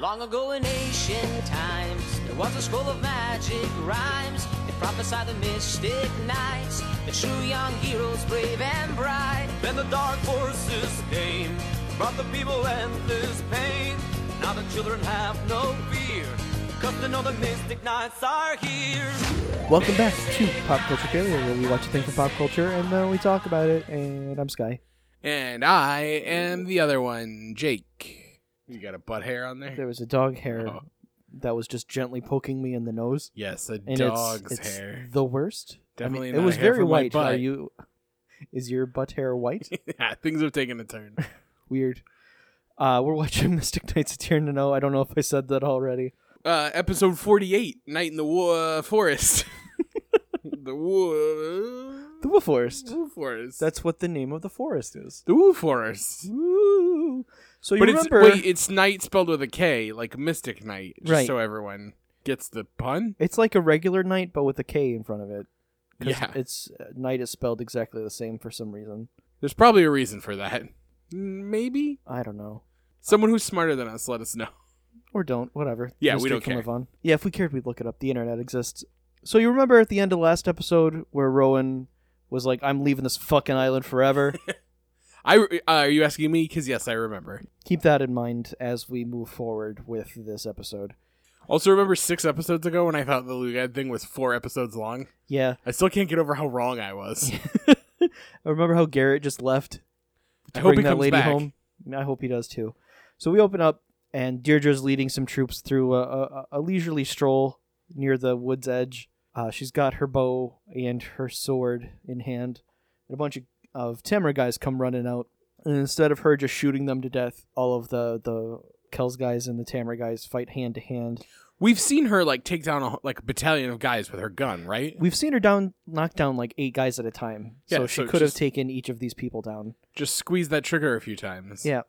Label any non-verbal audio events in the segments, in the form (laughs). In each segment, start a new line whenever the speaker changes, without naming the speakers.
Long ago in ancient times, there was a scroll of magic rhymes that prophesied the mystic knights, the true young heroes, brave and bright.
Then the dark forces came, brought the people endless pain. Now the children have no fear, cause they know the mystic knights are here.
Welcome back to Pop Culture Failure, where we watch a thing from pop culture and then we talk about it. And I'm Sky.
And I am the other one, Jake. You got a butt hair on there?
There was a dog hair
Oh.
that was just gently poking me in the nose,
Yes, a
and
dog's
it's, it's
hair. (laughs)
the worst. I mean,
Definitely
it
not
was
hair
very
from my
white. Are
butt.
you? (laughs) Is your butt hair white?
(laughs) Yeah, things have taken
(laughs)
a turn.
Weird. Uh, we're watching (laughs) Mystic Knights of Tirnano. I don't know if I said that already.
Uh, episode 48, Night in the Wo-
(laughs)
uh, Forest. the Wo-
The Wolf Forest.
Woo Forest.
That's what the name of the forest is.
the Woo Forest.
Woo. So you
But it's
remember?
wait, it's night spelled with a K, like Mystic Night, just
Right.
so everyone gets the pun.
It's like a regular night, but with a K in front of it. 'Cause
Yeah.
It's uh, night is spelled exactly the same for some reason.
There's probably a reason for that. Maybe
I don't know.
someone who's smarter than us let us know.
Or don't, whatever.
Yeah, we
Mystery
don't
can
care.
live on. Yeah, if we cared, we'd look it up. The internet exists. So you remember at the end of last episode where Rowan was like, "I'm leaving this fucking island
(laughs)
forever."
I uh, are you asking me? Because yes, I remember.
Keep that in mind as we move forward with this episode.
Also, remember six episodes ago when I thought the Lugad thing was four episodes long?
Yeah,
I still can't get over how wrong I was.
I remember how Garrett just left (laughs)
I
to
hope
bring
he
that
comes
lady
back.
home. I hope he does too. So we open up, and Deirdre's leading some troops through a, a, a leisurely stroll near the wood's edge. Uh, she's got her bow and her sword in hand, and a bunch of, of Tamra guys come running out. And instead of her just shooting them to death, all of the the Kells guys and the Tamra guys fight hand to hand.
We've seen her like take down a like a battalion of guys with her gun, right?
We've seen her down knock down like eight guys at a time,
Yeah,
so she
so
could have
just-
taken each of these people down.
Just squeeze that trigger a few times.
Yeah,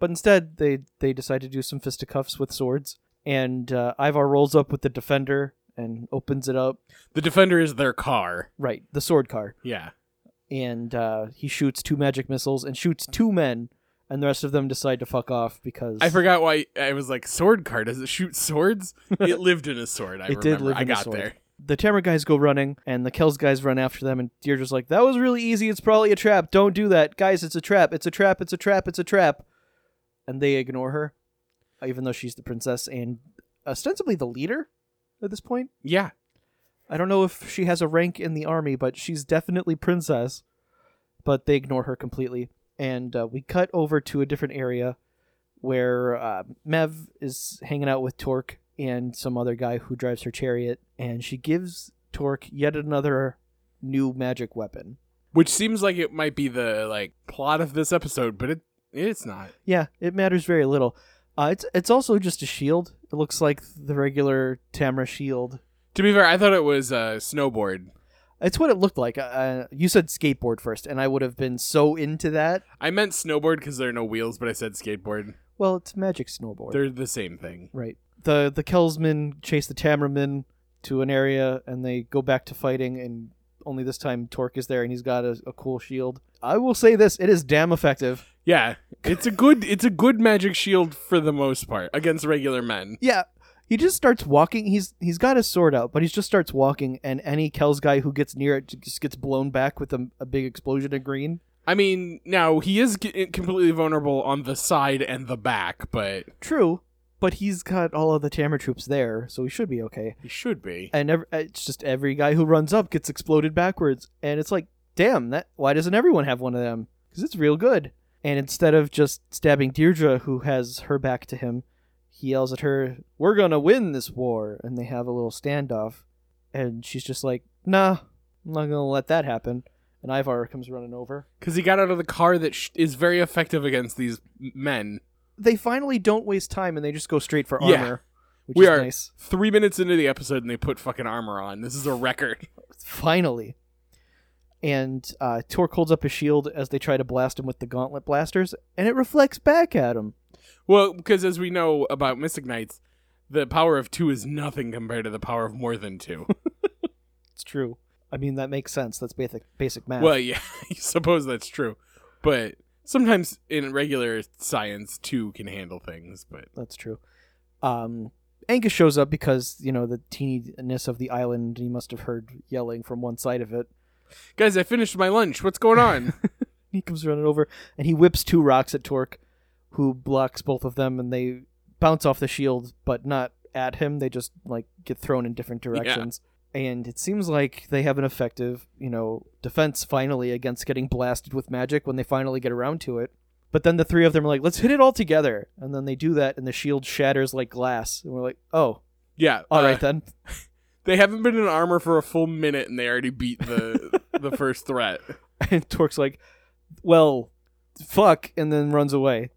but instead they they decide to do some fisticuffs with swords, and uh, Ivar rolls up with the defender and opens it up.
The defender is their car.
Right, the sword car,
Yeah.
and uh, he shoots two magic missiles and shoots two men, and the rest of them decide to fuck off because
I forgot why I was like sword car. Does it
(laughs)
shoot swords? it lived in a sword. I
It
remember.
did live
I
in a
got
sword.
there.
the Tamar guys go running, and the Kells guys run after them, and Deirdre's like, "That was really easy. It's probably a trap. Don't do that, guys. It's a trap. It's a trap. It's a trap. It's a trap," and they ignore her, even though she's the princess and ostensibly the leader at this point.
Yeah.
I don't know if she has a rank in the army, but she's definitely princess. But they ignore her completely, and uh, we cut over to a different area where uh, Mev is hanging out with Torque and some other guy who drives her chariot, and she gives Torque yet another new magic weapon.
Which seems like it might be the like plot of this episode, but it it's not.
Yeah, it matters very little. Uh, it's it's also just a shield. It looks like the regular Tamra shield.
To be fair, I thought it was uh, snowboard.
It's what it looked like. Uh, you said skateboard first, and I would have been so into that.
I meant snowboard because there are no wheels, but I said skateboard.
Well, it's magic snowboard.
They're the same thing.
Right. The the Kelsmen chase the Tamramen to an area and they go back to fighting and only this time Torque is there and he's got a, a cool shield. I will say this, it is damn effective.
Yeah, it's a good it's a good magic shield for the most part against regular men.
Yeah. He just starts walking. He's he's got his sword out, but he just starts walking and any Kells guy who gets near it just gets blown back with a, a big explosion of green.
I mean, now he is g- eh, completely vulnerable on the side and the back, but
True, but he's got all of the Tamra troops there, so he should be okay.
he should be.
and ev- uh, it's just every guy who runs up gets exploded backwards and it's like damn that why doesn't everyone have one of them because it's real good and instead of just stabbing deirdre who has her back to him he yells at her we're gonna win this war and they have a little standoff and she's just like nah i'm not gonna let that happen and ivar comes running over
Because he got out of the car that sh- is very effective against these m- men.
they finally don't waste time and they just go straight for armor
Yeah.
which
we
is
are
nice
three minutes into the episode and they put fucking armor on. This is a record. (laughs)
finally. And uh, Torque holds up his shield as they try to blast him with the gauntlet blasters, and it reflects back at him.
Well, because as we know about Mystic Knights, the power of two is nothing compared to the power of more than two.
It's true. I mean, that makes sense. That's basic basic math.
Well, yeah, (laughs) I suppose that's true. But sometimes in regular science, two can handle things. But
That's true. Um, Angus shows up because you know the teeniness of the island. He must have heard yelling from one side of it.
Guys, I finished my lunch. What's
(laughs)
going on?
He comes running over and he whips two rocks at Torque, who blocks both of them, and they bounce off the shield, but not at him. They just like get thrown in different directions. And it seems like they have an effective, you know, defense finally against getting blasted with magic when they finally get around to it. But then the three of them are like, let's hit it all together. And then they do that, and the shield shatters like glass. And we're like, oh,
yeah.
all right
uh,
then.
They haven't been in armor for a full minute and they already
(laughs)
beat the the first threat.
And Torque's like, well, fuck, and then runs away.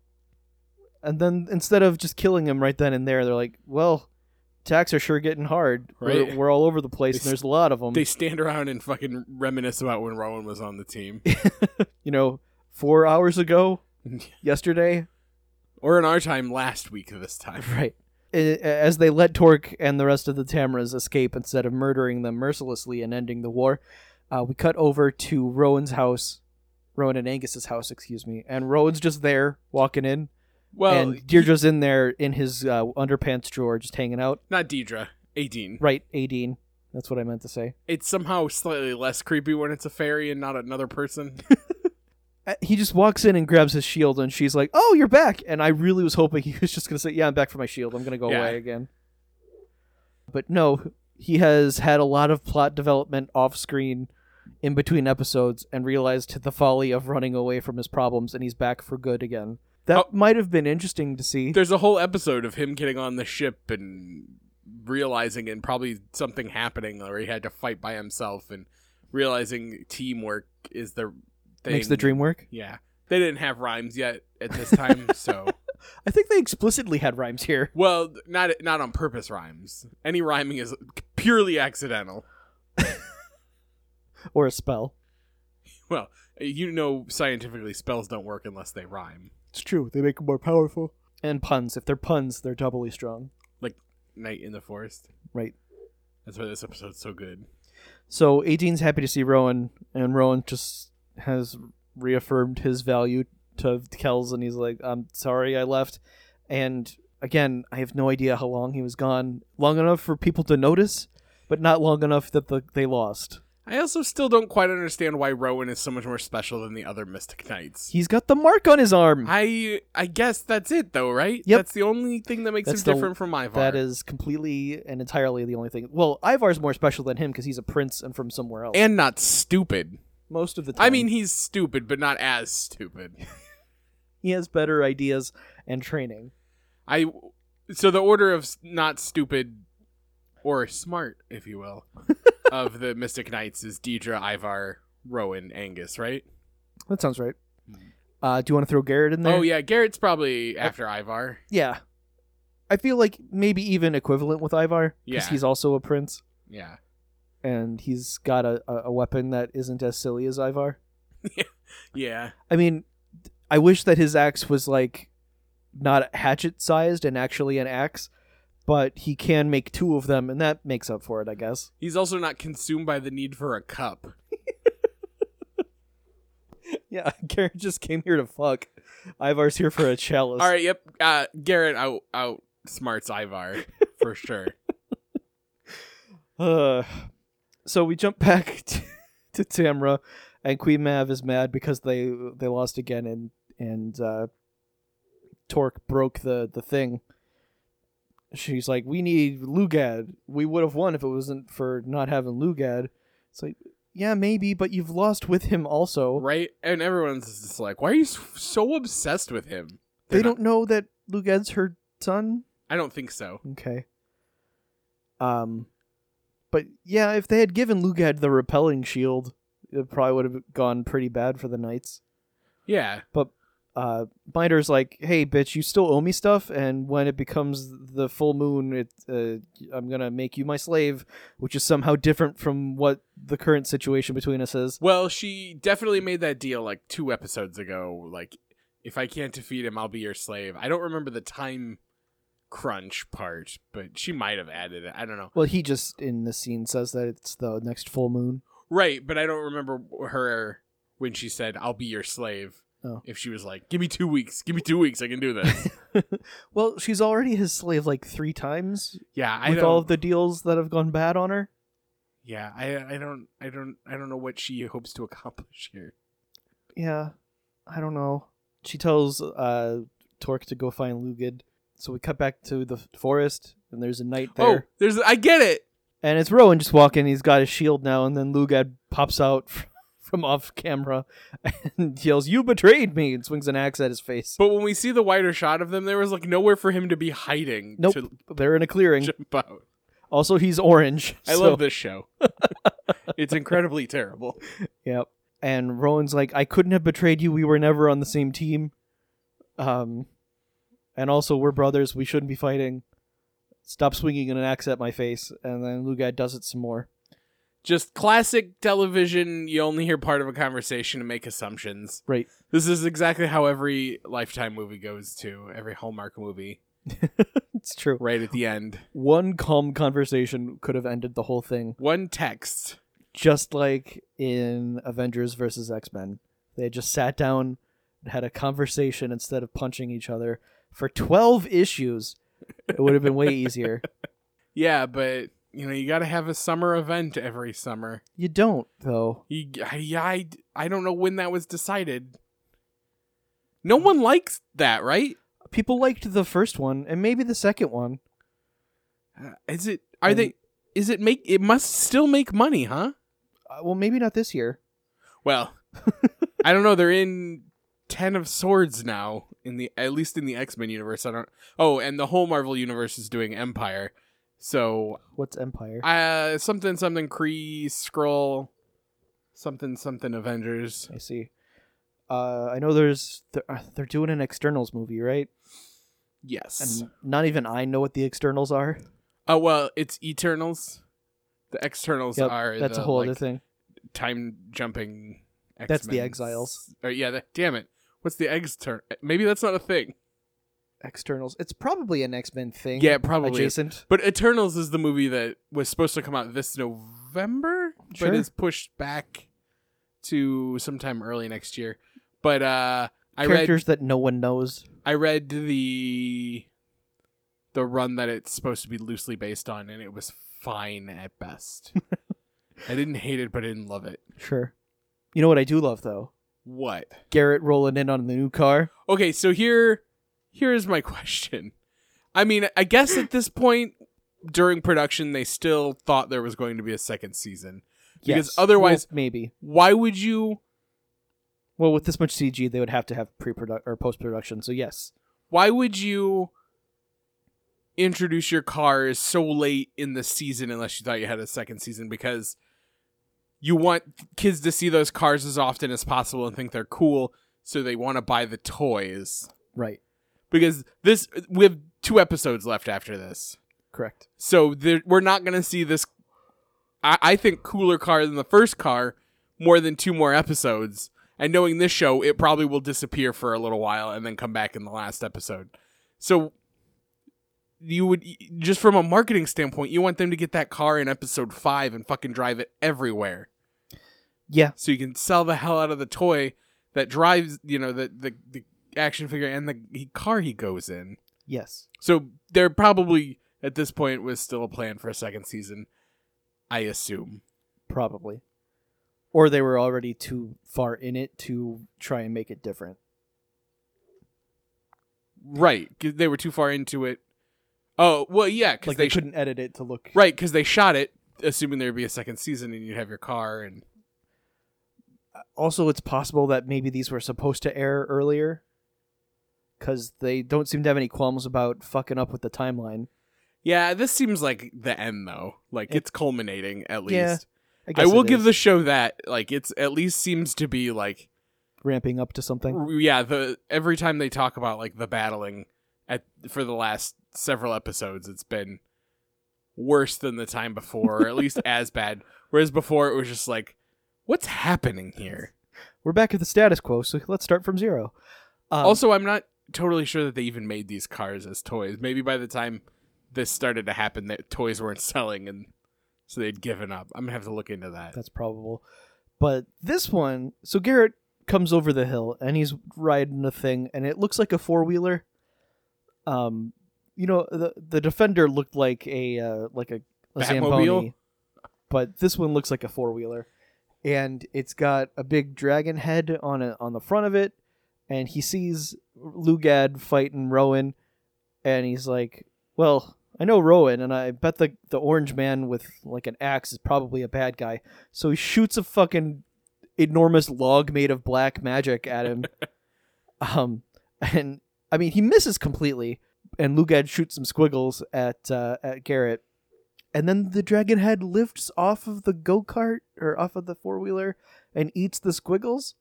And then instead of just killing him right then and there, they're like, well, attacks are sure getting hard. We're- We're,
Right.
all over the place,
They
and there's a lot of them.
They stand around and fucking reminisce about when Rowan was on
(laughs)
the team.
you know, four hours
(laughs)
ago, yesterday.
or in our time last week this time.
Right. As they let Torque and the rest of the Tamras escape instead of murdering them mercilessly and ending the war, uh, we cut over to Rowan's house, Rowan and Angus's house, excuse me, and Rowan's just there walking in.
Well,
and Deirdre's in there in his uh, underpants drawer, just hanging out.
not Deidre. 18.
Right, Adine. That's what I meant to say.
It's somehow slightly less creepy when it's a fairy and not another person.
Uh, He just walks in and grabs his shield, and she's like, "Oh, you're back!" And I really was hoping (laughs) he was just gonna say, "Yeah, I'm back for my shield. I'm gonna go
Yeah.
away again." But no, he has had a lot of plot development off screen, in between episodes, and realized the folly of running away from his problems, and he's back for good again. That
Oh.
might have been interesting to see.
There's a whole episode of him getting on the ship and realizing and probably something happening where he had to fight by himself and realizing teamwork is the thing.
Makes the dream work.
Yeah. They didn't have rhymes yet at this
(laughs)
time, so
I think they explicitly had rhymes here. (laughs)
well, not not on purpose rhymes. Any rhyming is purely accidental.
or a spell.
Well, you know scientifically spells don't work unless they rhyme.
It's true. They make them more powerful. And puns. If they're puns, they're doubly strong.
Night in the forest.
Right.
That's why this episode's so good.
So Adine's happy to see Rowan, and Rowan just has reaffirmed his value to Kells, and he's like, I'm sorry I left. And again, I have no idea how long he was gone. Long enough for people to notice, but not long enough that the, they lost.
I also still don't quite understand why Rowan is so much more special than the other Mystic Knights.
He's got the mark on his arm.
I I guess that's it though, right?
Yep.
That's the only thing that makes
That's the-
him different from Ivar.
that is completely and entirely the only thing. Well, Ivar's more special than him because he's a prince and from somewhere else.
and not stupid.
most of the time,
I mean, he's stupid, but not as stupid.
he has better ideas and training.
I so the order of s- not stupid or smart, if
(laughs)
you will, of the Mystic Knights is Deidre, Ivar, Rowan, Angus, right?
That sounds right. Uh, do you want to throw Garrett in there?
Mm. Oh yeah, Garrett's probably after Ivar.
Yeah. I feel like maybe even equivalent with Ivar because
Yeah.
he's also a prince
Yeah.
and he's got a, a a weapon that isn't as silly as Ivar.
Yeah.
I mean, I wish that his axe was like not hatchet sized and actually an axe, but he can make two of them and that makes up for it, I guess. (laughs)
He's also not consumed by the need for a cup.
Yeah, (laughs) Garrett just came here to fuck. Ivar's here for a chalice.
All right, yep. Uh, Garrett out outsmarts Ivar
(laughs)
for sure.
Uh, so we jump (laughs) back to, to Tamra, and Queen Mav is mad because they they lost again, and and uh, Torque broke the the thing. She's like, "We need Lugad. We would have won if it wasn't for not having Lugad." It's like, yeah, maybe, but you've lost with him also.
Right? And everyone's just like, why are you s- so obsessed with him?
They
They're
don't know that Lugad's her son.
I don't think so.
Okay. Um, but yeah, if they had given Lugad the repelling shield, it probably would have gone pretty bad for the knights.
Yeah.
Uh, Binder's like, "Hey, bitch, you still owe me stuff, and when it becomes the full moon, it uh, I'm gonna make you my slave," which is somehow different from what the current situation between us is.
Well, she definitely made that deal like two episodes ago. Like, if I can't defeat him, I'll be your slave. I don't remember the time crunch part, but she might have added it. I don't know.
Well, he just in the scene says that it's the next full moon. (laughs)
Right, but I don't remember her when she said, I'll be your slave.
Oh.
If she was like, "Give me two weeks, give me two weeks, I can
(laughs)
do this."
well, she's already his slave like three times
yeah, I
with
don't.
all of the deals that have gone bad on her.
yeah, I, I don't, I don't, I don't know what she hopes to accomplish here.
Yeah, I don't know. She tells uh, Torque to go find Lugid. So we cut back to the f- forest, and there's a knight (laughs) there.
Oh, there's, I get it.
And it's Rowan just walking. He's got his shield now, and then Lugad pops out (laughs) f- from off camera (laughs) and yells, "You betrayed me!" and swings an axe at his face.
But when we see the wider shot of them, there was like nowhere for him to be hiding.
Nope,
To
they're in a clearing.
(laughs) jump out.
Also, he's orange.
I
so-
love this
(laughs)
show. it's incredibly terrible.
Yep. And Rowan's like, "I couldn't have betrayed you. We were never on the same team." Um, and also, we're brothers. We shouldn't be fighting. Stop swinging an axe at my face. And then Lugad does it some more.
Just classic television. You only hear part of a conversation and make assumptions.
Right.
This is exactly how every Lifetime movie goes to every Hallmark movie.
(laughs) It's true.
Right at the end,
One calm conversation could have ended the whole thing.
one text.
just like in Avengers versus X Men. They just sat down and had a conversation instead of punching each other for 12 issues. It would have been way easier.
Yeah, but you know you got to have a summer event every summer.
You don't, though.
You, I, I, I don't know when that was decided. No one likes that, right?
People liked the first one and maybe the second one.
Uh, Is it? Are
And-
they? Is it make? It must still make money, huh?
Uh, well, maybe not this year. (laughs)
Well, I don't know. They're in Ten of Swords now. In the at least in the X Men universe, I don't. Oh, and the whole Marvel universe is doing Empire. So,
What's Empire? I,
uh, something something Cree Scroll, something something Avengers.
see. Uh, I know there's they're, uh, they're doing an externals movie, right?
Yes.
And not even I know what the externals are.
Oh well, it's Eternals. The externals
Yep,
are
that's
the,
a whole
like,
other thing.
time jumping. X-Men.
That's the Exiles.
Or, yeah, that, damn it. What's the eggs turn? Maybe that's not a thing.
Externals. It's probably an X Men thing.
Yeah, it probably. is.
adjacent.
But Eternals is the movie that was supposed to come out this November,
Sure.
but is pushed back to sometime early next year. But uh, I read
Characters that no one knows.
I read the the run that it's supposed to be loosely based on, and it was fine
(laughs)
at best. I didn't hate it, but I didn't love it.
Sure. You know what I do love though?
What?
Garrett rolling in on the new car.
Okay, so here here is my (laughs) question. I mean, I guess at this point during production they still thought there was going to be a second season. Because
Yes.
otherwise-
Well, maybe.
Why would you
Well, with this much CG, they would have to have pre-production or post-production. So yes,
why would you introduce your cars so late in the season unless you thought you had a second season because you want kids to see those cars as often as possible and think they're cool so they want to buy the toys
right,
because this we have two episodes left after this
correct.
So there, we're not going to see this. I, I think cooler car than the first car more than two more episodes. And knowing this show, it probably will disappear for a little while and then come back in the last episode. So you would just from a marketing standpoint, you want them to get that car in episode five and fucking drive it everywhere,
Yeah,
so you can sell the hell out of the toy that drives, you know, the the, the action figure and the he, car he goes in.
yes.
So there probably at this point was still a plan for a second season, I assume.
Probably. Or they were already too far in it to try and make it different.
Right, 'cause they were too far into it. Oh well, yeah, because
Like
they,
they, couldn't edit it to look
right because they shot it, assuming there'd be a second season and you'd have your car and
Also, it's possible that maybe these were supposed to air earlier because they don't seem to have any qualms about fucking up with the timeline.
yeah. This seems like the end though. Like
Yeah.
it's culminating at least.
Yeah,
I,
guess
will
it
give
is
the show that. Like it's at least seems to be like
ramping up to something.
r- yeah. The every time they talk about like the battling at for the last several episodes, it's been worse than the time before, or
(laughs)
at least as bad. Whereas before it was just like, what's happening here?
We're back at the status quo, so let's start from zero. Um,
also, I'm not totally sure that they even made these cars as toys. Maybe by the time this started to happen, that toys weren't selling, and so they'd given up. I'm gonna have to look into that.
that's probable. But this one, so Garrett comes over the hill and he's riding a thing and it looks like a four wheeler. Um, you know the the defender looked like a uh, like a, a Zamboni,
Batmobile?
but this one looks like a four wheeler, and it's got a big dragon head on a, on the front of it, and he sees Lugad fighting Rowan, and he's like, "Well, I know Rowan, and I bet the the orange man with like an axe is probably a bad guy." So he shoots a fucking enormous log made of black magic at him, um, and I mean he misses completely, and Lugad shoots some squiggles at uh, at Garrett, and then the dragon head lifts off of the go kart or off of the four wheeler and eats the squiggles,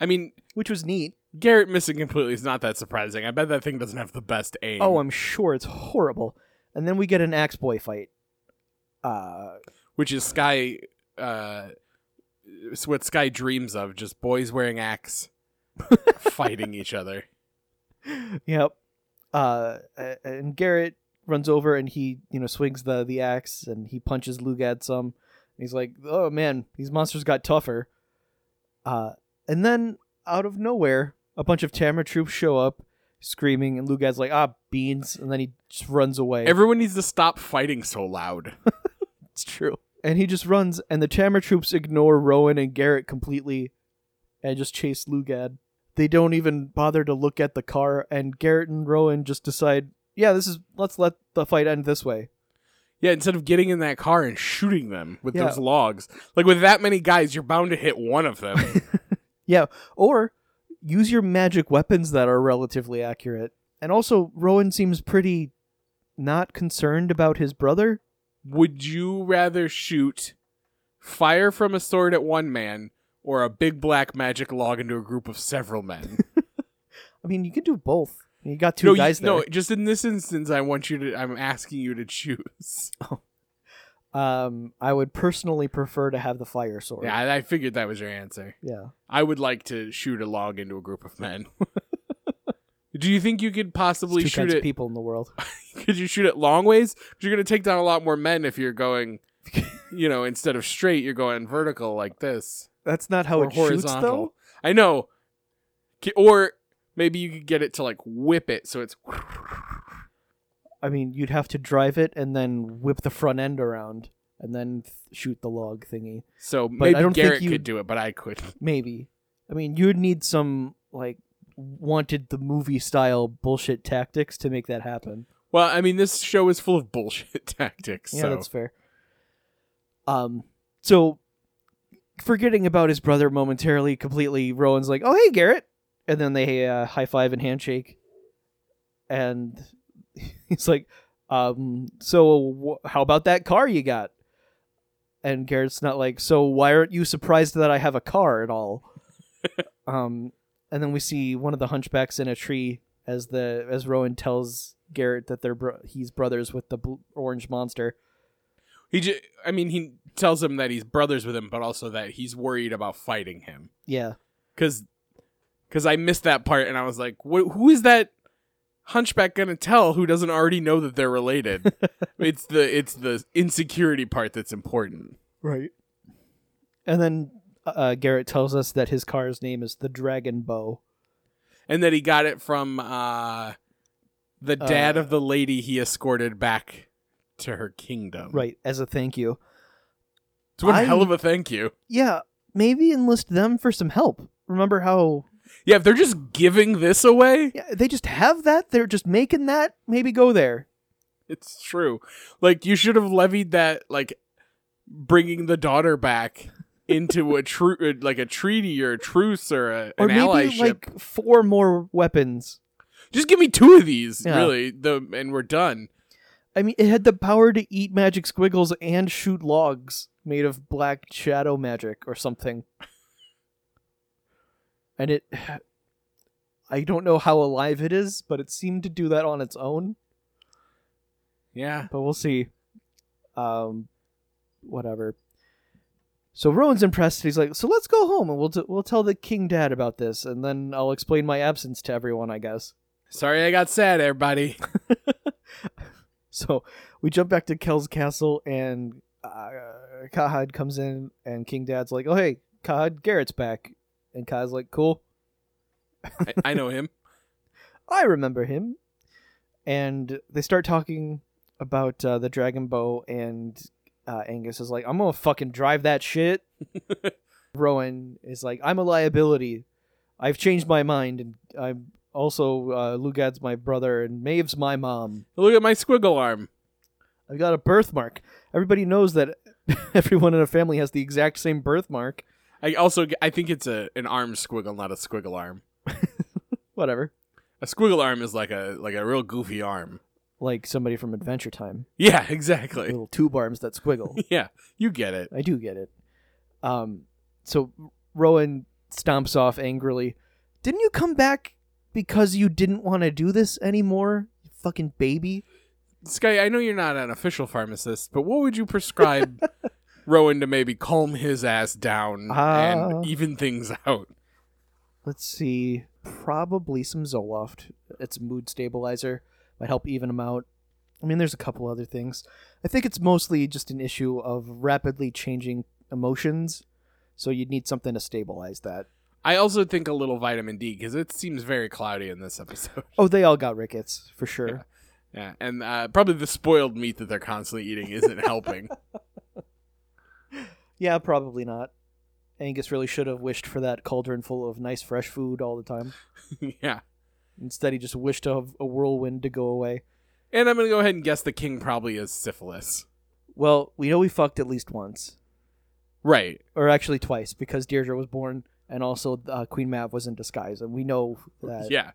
I mean,
which was neat.
Garrett missing completely is not that surprising. I bet that thing doesn't have the best aim.
Oh, I'm sure it's horrible. And then we get an axe boy fight. Uh,
which is Sky. Uh, it's what Sky dreams of: just boys
(laughs)
wearing axe, fighting each other.
yep. Uh, a- and Garrett runs over and he, you know, swings the the axe and he punches Lugad some. And he's like, "Oh man, these monsters got tougher." Uh, and then out of nowhere, a bunch of Tamra troops show up, screaming, and Lugad's like, "Ah, beans!" And then he just runs away.
Everyone needs to stop fighting so loud.
It's true. And he just runs, and the Tamar troops ignore Rowan and Garrett completely and just chase Lugad. They don't even bother to look at the car, and Garrett and Rowan just decide, yeah, this is let's let the fight end this way.
Yeah, instead of getting in that car and shooting them with
Yeah.
those logs, like with that many guys, you're bound to hit one
(laughs)
of them.
Or use your magic weapons that are relatively accurate. And also, Rowan seems pretty not concerned about his brother.
Would you rather shoot fire from a sword at one man or a big black magic log into a group of several men?
I mean, you can do both. You got (laughs) two
no, you-
guys there.
no, just in this instance, I want you to. I'm asking you to choose.
(laughs) Um, I would personally prefer to have the fire sword.
Yeah, I, I figured that was your answer.
yeah.
I would like to shoot a log into a group of men. (laughs) Do you think you could
It's
possibly
two
shoot
kinds of
it?
people in the world.
Could you shoot it long ways? 'Cause You're going to take down a lot more men if
(laughs)
you're going, you know, instead of straight, you're going vertical like this
That's not how
or
Oh, it
horizontal.
shoots, though.
I know. K- Or maybe you could get it to like whip it so it's. (laughs)
I mean, you'd have to drive it and then whip the front end around and then th- shoot the log thingy.
So
But I
maybe
don't think
Garrett
you-
could do it, but I couldn't. (laughs)
Maybe. I mean, you'd need some like wanted the movie style bullshit tactics to make that happen.
Well, I mean, this show is full of bullshit (laughs) tactics.
Yeah,
so.
that's fair. Um, so forgetting about his brother momentarily, completely, Rowan's like, "Oh, hey, Garrett," and then they uh, high five and handshake, and (laughs) he's like, "Um, so wh- how about that car you got?" And Garrett's not like, "So why aren't you surprised that I have a car at all?" um, and then we see one of the hunchbacks in a tree as the as Rowan tells Garrett that they're bro- he's brothers with the bl- orange monster.
He just, I mean, he tells him that he's brothers with him, but also that he's worried about fighting him.
Yeah.
Cause, cause I missed that part, and I was like, "Wh- who is that hunchback gonna tell who doesn't already know that
(laughs)
they're related? it's the it's the insecurity part that's important.
Right. And then uh, Garrett tells us that his car's name is the Dragon Bow.
and that he got it from uh, the dad
Uh,
of the lady he escorted back to her kingdom.
Right, as a thank you.
It's one
I-
hell of a thank you.
Yeah, maybe enlist them for some help. Remember how
Yeah, if they're just giving this away,
yeah, they just have that? They're just making that? Maybe go there.
it's true. Like you should have levied that, like bringing the daughter back
(laughs)
into a true, uh, like a treaty or a truce or a,
Or
an
maybe
allyship.
like four more weapons.
just give me two of these,
Yeah.
really. The and we're done.
I mean, it had the power to eat magic squiggles and shoot logs made of black shadow magic or something. And it. (sighs) I don't know how alive it is, but it seemed to do that on its own.
Yeah.
But we'll see. Um, whatever. So Rowan's impressed. He's like, "So let's go home, and we'll t- we'll tell the king dad about this, and then I'll explain my absence to everyone, I guess."
Sorry, I got sad, everybody.
(laughs) So we jump back to Kel's castle, and uh, Kahad comes in, and King Dad's like, "Oh hey, Kahad, Garrett's back," And Kai's like, cool.
I, I know him. (laughs)
I remember him. And they start talking about uh, the dragon bow, and uh, Angus is like, I'm gonna fucking drive that shit. Rowan is like, I'm a liability. I've changed my mind, and I'm also uh, Lugad's my brother, and Maeve's my mom.
Look at my squiggle arm.
I've got a birthmark. Everybody knows that (laughs) everyone in a family has the exact same birthmark.
I also I think it's a an arm squiggle, not a squiggle arm.
Whatever.
A squiggle arm is like a like a real goofy arm.
Like somebody from Adventure Time.
Yeah, exactly.
Little tube arms that squiggle.
(laughs) Yeah, you get it.
I do get it. Um, so Rowan stomps off angrily. Didn't you come back because you didn't want to do this anymore? You fucking baby.
Sky, I know you're not an official pharmacist, but what would you prescribe Rowan to maybe calm his ass down
Ah.
and even things out?
Let's see. Probably some Zoloft. It's a mood stabilizer. Might help even him out. I mean, there's a couple other things. I think it's mostly just an issue of rapidly changing emotions. So you'd need something to stabilize that.
I also think a little vitamin D because it seems very cloudy in this episode. (laughs)
Oh, they all got rickets, for sure.
Yeah, and uh, probably the spoiled meat that they're constantly eating isn't helping. (laughs)
Yeah, probably not. Angus really should have wished for that cauldron full of nice fresh food all the time.
yeah.
Instead, he just wished to have a whirlwind to go away.
And I'm going to go ahead and guess the king probably is syphilis.
Well, we know we fucked at least once,
Right.
or actually twice, because Deirdre was born, and also uh, Queen Mav was in disguise, and we know that
yeah.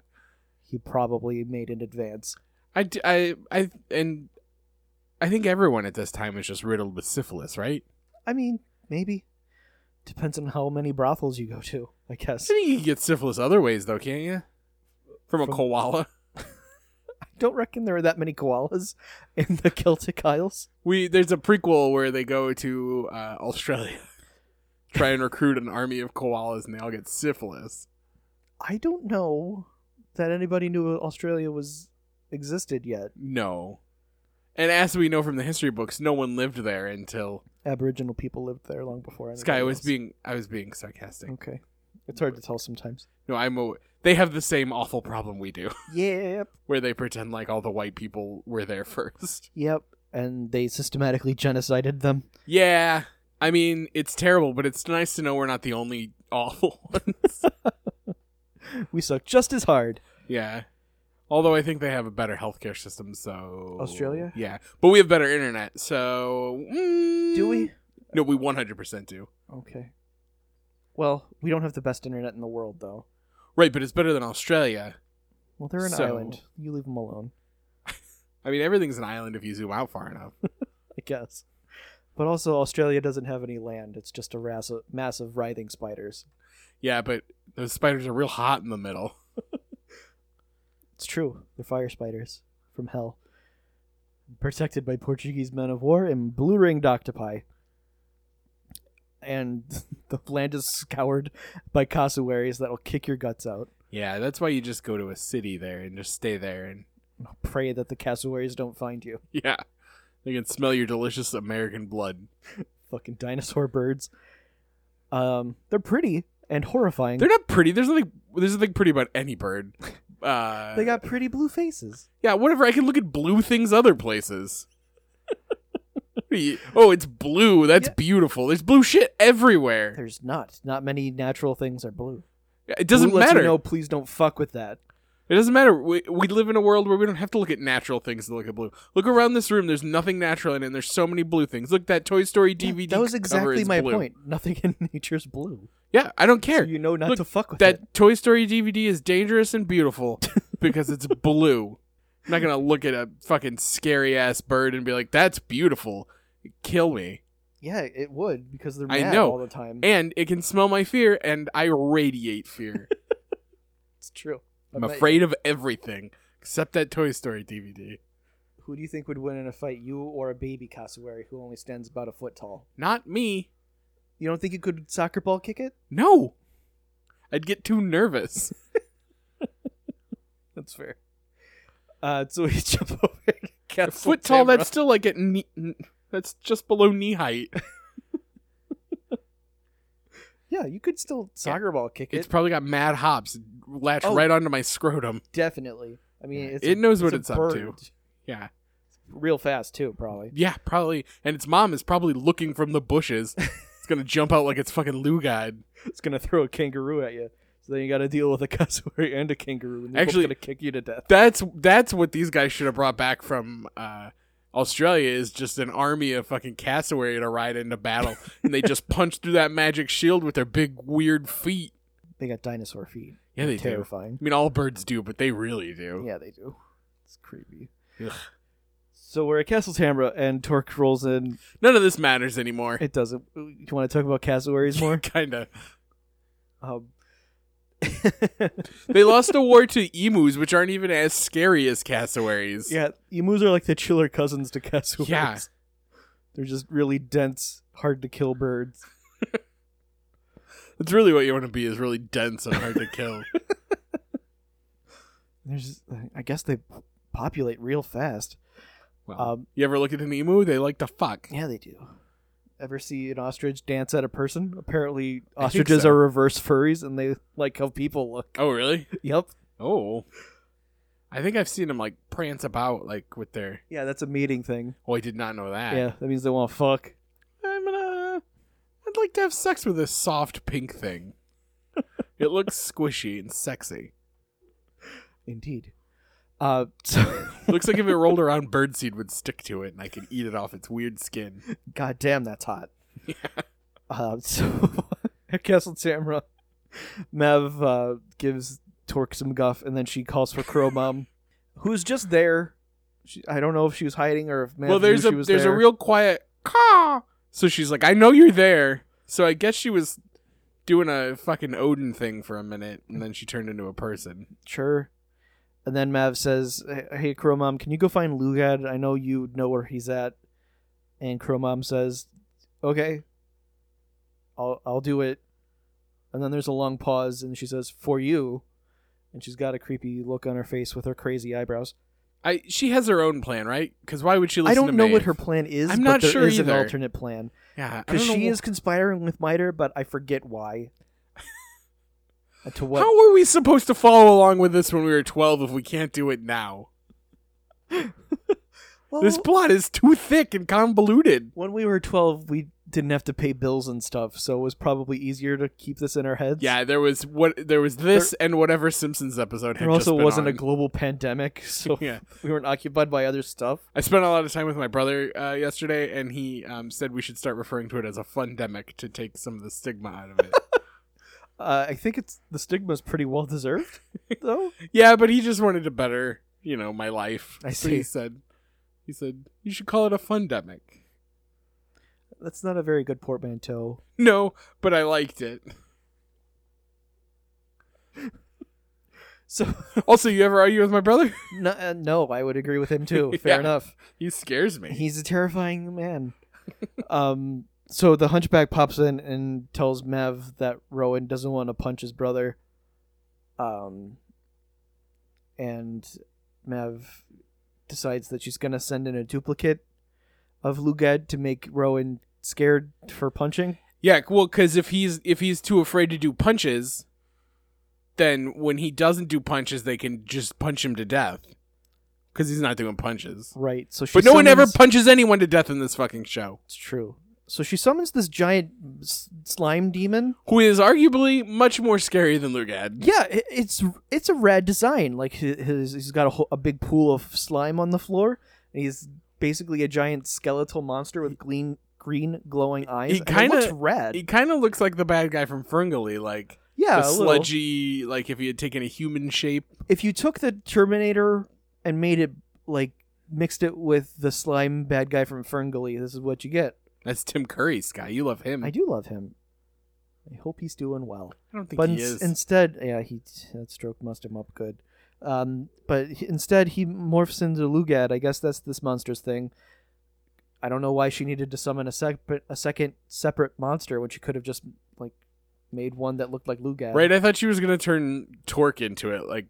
he probably made in advance.
I, d- I, I, and I think everyone at this time is just riddled with syphilis, right?
I mean, maybe depends on how many brothels you go to, I
I
guess.
think you can get syphilis other ways, though, can't you? From a
From-
koala.
Don't reckon there are that many koalas (laughs) in the Celtic Isles.
We there's a prequel where they go to uh, Australia, (laughs) try and recruit an army of koalas, and they all get syphilis.
I don't know that anybody knew Australia was existed yet.
No, and as we know from the history books, no one lived there until
Aboriginal people lived there long before. anybody
Sky I was
else.
being I was being sarcastic.
okay. It's hard to tell sometimes.
No, I'm a, they have the same awful problem we do, (laughs)
Yep,
where they pretend like all the white people were there (laughs) first.
yep. And they systematically genocided them. (laughs)
Yeah, I mean it's terrible, but it's nice to know we're not the only (laughs) awful ones.
We suck just as hard.
Yeah. Although I think they have a better healthcare system, so
Australia?
Yeah, but we have better internet, so mm,
Do we?
No, we one hundred percent do.
Okay. Well, we don't have the best internet in the world, though.
Right, but it's better than Australia.
Well, they're an
So-
island. You leave them alone,
I mean, everything's an island if you zoom out far
(laughs)
enough.
I guess. But also, Australia doesn't have any land. It's just a ras- mass of writhing spiders.
yeah, but those spiders are real hot in the middle.
It's true. They're fire spiders from hell. Protected by Portuguese men of war and blue ringed octopi. And (laughs) the land is scoured by cassowaries that'll kick your guts out.
Yeah, that's why you just go to a city there and just stay there, and (laughs)
Pray that the cassowaries don't find you.
yeah, they can smell your delicious American blood.
Fucking dinosaur birds. Um, they're pretty and horrifying.
They're not pretty. There's nothing. There's nothing pretty about any
(laughs)
bird. Uh,
they got pretty blue faces.
Yeah, whatever. I can look at blue things other places. oh, it's blue. That's
Yeah.
beautiful. There's blue shit everywhere.
There's not. Not many natural things are blue.
It doesn't
blue lets
matter.
You know, please don't fuck with that.
It doesn't matter. We, we live in a world where we don't have to look at natural things to look at blue. Look around this room. There's nothing natural in it. And there's so many blue things. Look, that Toy Story DVD.
that was
cover
exactly
is
my
blue.
point. Nothing in (laughs) nature's blue.
Yeah, I don't care.
So you know not
Look,
to fuck with
that
it.
Toy Story DVD is dangerous
(laughs)
and beautiful because it's blue. I'm not gonna look at a fucking scary ass bird and be like, "That's beautiful." Kill me.
Yeah, it would because they're
I
mad
know.
all the time.
and it can smell my fear and i
(laughs)
radiate fear
it's true.
i'm
But
afraid of everything except that toy story dvd
Who do you think would win in a fight, you or a baby cassowary who only stands about a foot tall?
not me
You don't think you could soccer ball kick it?
no i'd get too nervous
That's fair. Uh, (laughs) so we jump over. to
a
(laughs) Castle
foot tall
Tamra.
that's still like
(laughs)
at knee, n- that's just below knee height
Yeah, you could still soccer ball kick it.
It's probably got mad hops latched
Oh.
right onto my scrotum.
Definitely. I mean, it's
it knows what
a
it's up to.
bird.
Yeah.
Real fast too, probably.
Yeah, probably. And its mom is probably looking from the
(laughs)
bushes. it's going to jump out like it's fucking Lou God.
It's gonna throw a kangaroo at you. So then you got to deal with a (laughs) cassowary and a kangaroo, and they're
Actually-
both gonna kick you to death.
That's that's what these guys should have brought back from uh, Australia is just an army of fucking cassowary to ride into battle, and they just punch through that magic shield with their big weird feet.
They got dinosaur feet.
Yeah, they do.
Terrifying.
I mean, all birds do, but they really do.
Yeah, they do. It's creepy.
Ugh.
So we're at Castle Tambra, and Torque rolls in.
None of this matters anymore. (laughs)
It doesn't. You want to talk about cassowaries more?
Kinda.
um, (laughs)
They lost a war to emus, which aren't even as scary as cassowaries.
yeah, emus are like the chiller cousins to cassowaries.
Yeah.
They're just really dense, hard to kill birds.
That's really what you want to be is really dense and hard to kill.
There's, I guess they populate real fast.
Well,
Um,
you ever look at an emu? They like to fuck.
yeah, they do. Ever see an ostrich dance at a person? Apparently,
I think
ostriches
so.
are reverse furries, and they like how people look.
Oh, really?
Yep.
Oh. I think I've seen them like prance about like with their.
Yeah, that's a meeting thing.
Oh, I did not know that.
Yeah, that means they want to fuck.
I'm gonna. I'd like to have sex with this soft pink
(laughs)
thing. it looks squishy and sexy.
Indeed. Uh, (laughs) so,
Looks like if it rolled around, birdseed would stick to it, and I could eat it off its weird skin.
God damn, that's
(laughs)
hot. Uh, so, (laughs) at Castle Tamra, Mev uh, gives Torque some guff, and then she calls for Crow
(laughs)
Mom, who's just there. She, I don't know if she was hiding or if Mev
well, there's
knew
a
she was
there's
there.
a real quiet caw. So she's like, I know you're there. So I guess she was doing a fucking Odin thing for a minute, and then she turned into a person.
sure. And then Mav says, "Hey, Crow Mom, can you go find Lugad? I know you know where he's at." And Crow Mom says, "Okay, I'll I'll do it." And then there's a long pause, and she says, "For you," and she's got a creepy look on her face with her crazy eyebrows.
I she has her own plan, right? Because why would she listen?
I don't
to
know what
Maeve?
her plan is.
I'm
but
not
there
sure
is
either.
an alternate plan
Yeah, I
because
don't know
she
wh-
is conspiring with Miter, but I forget
(laughs)
why. Uh, to what?
How were we supposed to follow along with this when we were 12 if we can't do it now?
Well,
This plot is too thick and convoluted.
when we were 12 we didn't have to pay bills and stuff so it was probably easier to keep this in our heads
Yeah, there was what there was this and whatever Simpsons episode had
there also
just been
wasn't a
on.
global pandemic (laughs) so
Yeah.
we weren't occupied by other stuff
I spent a lot of time with my brother uh, yesterday, and he um, said we should start referring to it as a fundemic to take some of the stigma
(laughs)
out of it.
uh, i think it's the stigma is pretty well
(laughs)
deserved though
yeah, but he just wanted to better, you know, my life.
I
So he
see.
said, he said you should call it a fundemic.
that's not a very good portmanteau
No, but I liked it. (laughs)
so (laughs)
Also, you ever argue with my brother? (laughs)
no, uh, no i would agree with him too fair
Yeah.
enough
He scares
(laughs)
me.
He's a terrifying man. um, so the hunchback pops in and tells Mev that Rowan doesn't want to punch his brother. Um, and Mev decides that she's gonna send in a duplicate of Luged to make Rowan scared for punching.
Yeah, well, because if he's if he's too afraid to do punches, then when he doesn't do punches, they can just punch him to death because he's not doing punches.
Right. So she
but no one ever
summons-
punches anyone to death in this fucking show.
It's true. So she summons this giant s- slime demon.
Who is arguably much more scary than Lugad?
Yeah, i- it's it's a rad design. Like his, his he's got a, whole, a big pool of slime on the floor. And he's basically a giant skeletal monster with green green glowing eyes.
he
and it
kinda-
looks rad.
He kind of looks like the bad guy from Ferngully, like
yeah,
the
a little.
sludgy, like if he had taken a human shape.
If you took the Terminator and made it like mixed it with the slime bad guy from Ferngully, this is what you get.
That's Tim Curry, Sky. You love him.
I do love him. I hope he's doing well.
I don't think
but
he
ins-
is.
instead, yeah, he that stroke must him up good. Um, but he- instead, he morphs into Lugad. I guess that's this monster's thing. I don't know why she needed to summon a separate a second separate monster when she could have just like made one that looked like Lugad.
Right, I thought she was gonna turn Torque into it. Like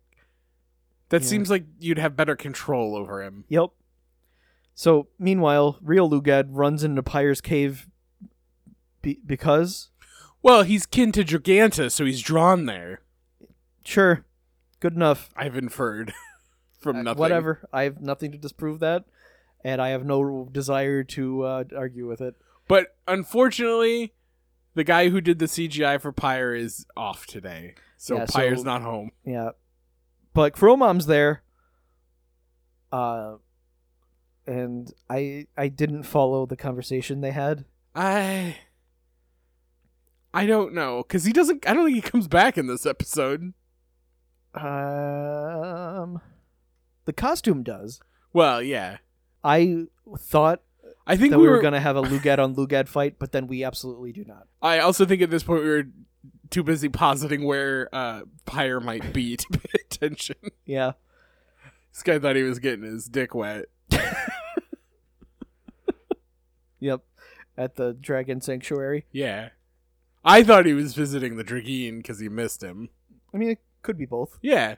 that
Yeah.
seems like you'd have better control over him.
Yep. So meanwhile, real Lugad runs into Pyre's cave be- because
Well, he's kin to Giganta, so he's drawn there.
Sure, good enough.
I've inferred (laughs) from
Uh,
nothing.
Whatever. I have nothing to disprove that, and I have no desire to uh, argue with it.
But unfortunately, the guy who did the CGI for Pyre is off today. So
Yeah, so-
Pyre's not home.
Yeah. But Crowmom's there. Uh and I I didn't follow the conversation they had.
I I don't know cuz he doesn't I don't think he comes back in this episode.
Um the costume does.
Well, yeah.
I thought
I think
that
we,
we were
going to
gonna have a Lugad on Lugad fight, but then we absolutely do not.
I also think at this point we were too busy positing where uh Pyre might be to (laughs) pay attention.
Yeah.
This guy thought he was getting his dick wet.
Yep. At the Dragon Sanctuary.
Yeah. I thought he was visiting the Dragine cuz he missed him.
I mean it could be both.
Yeah.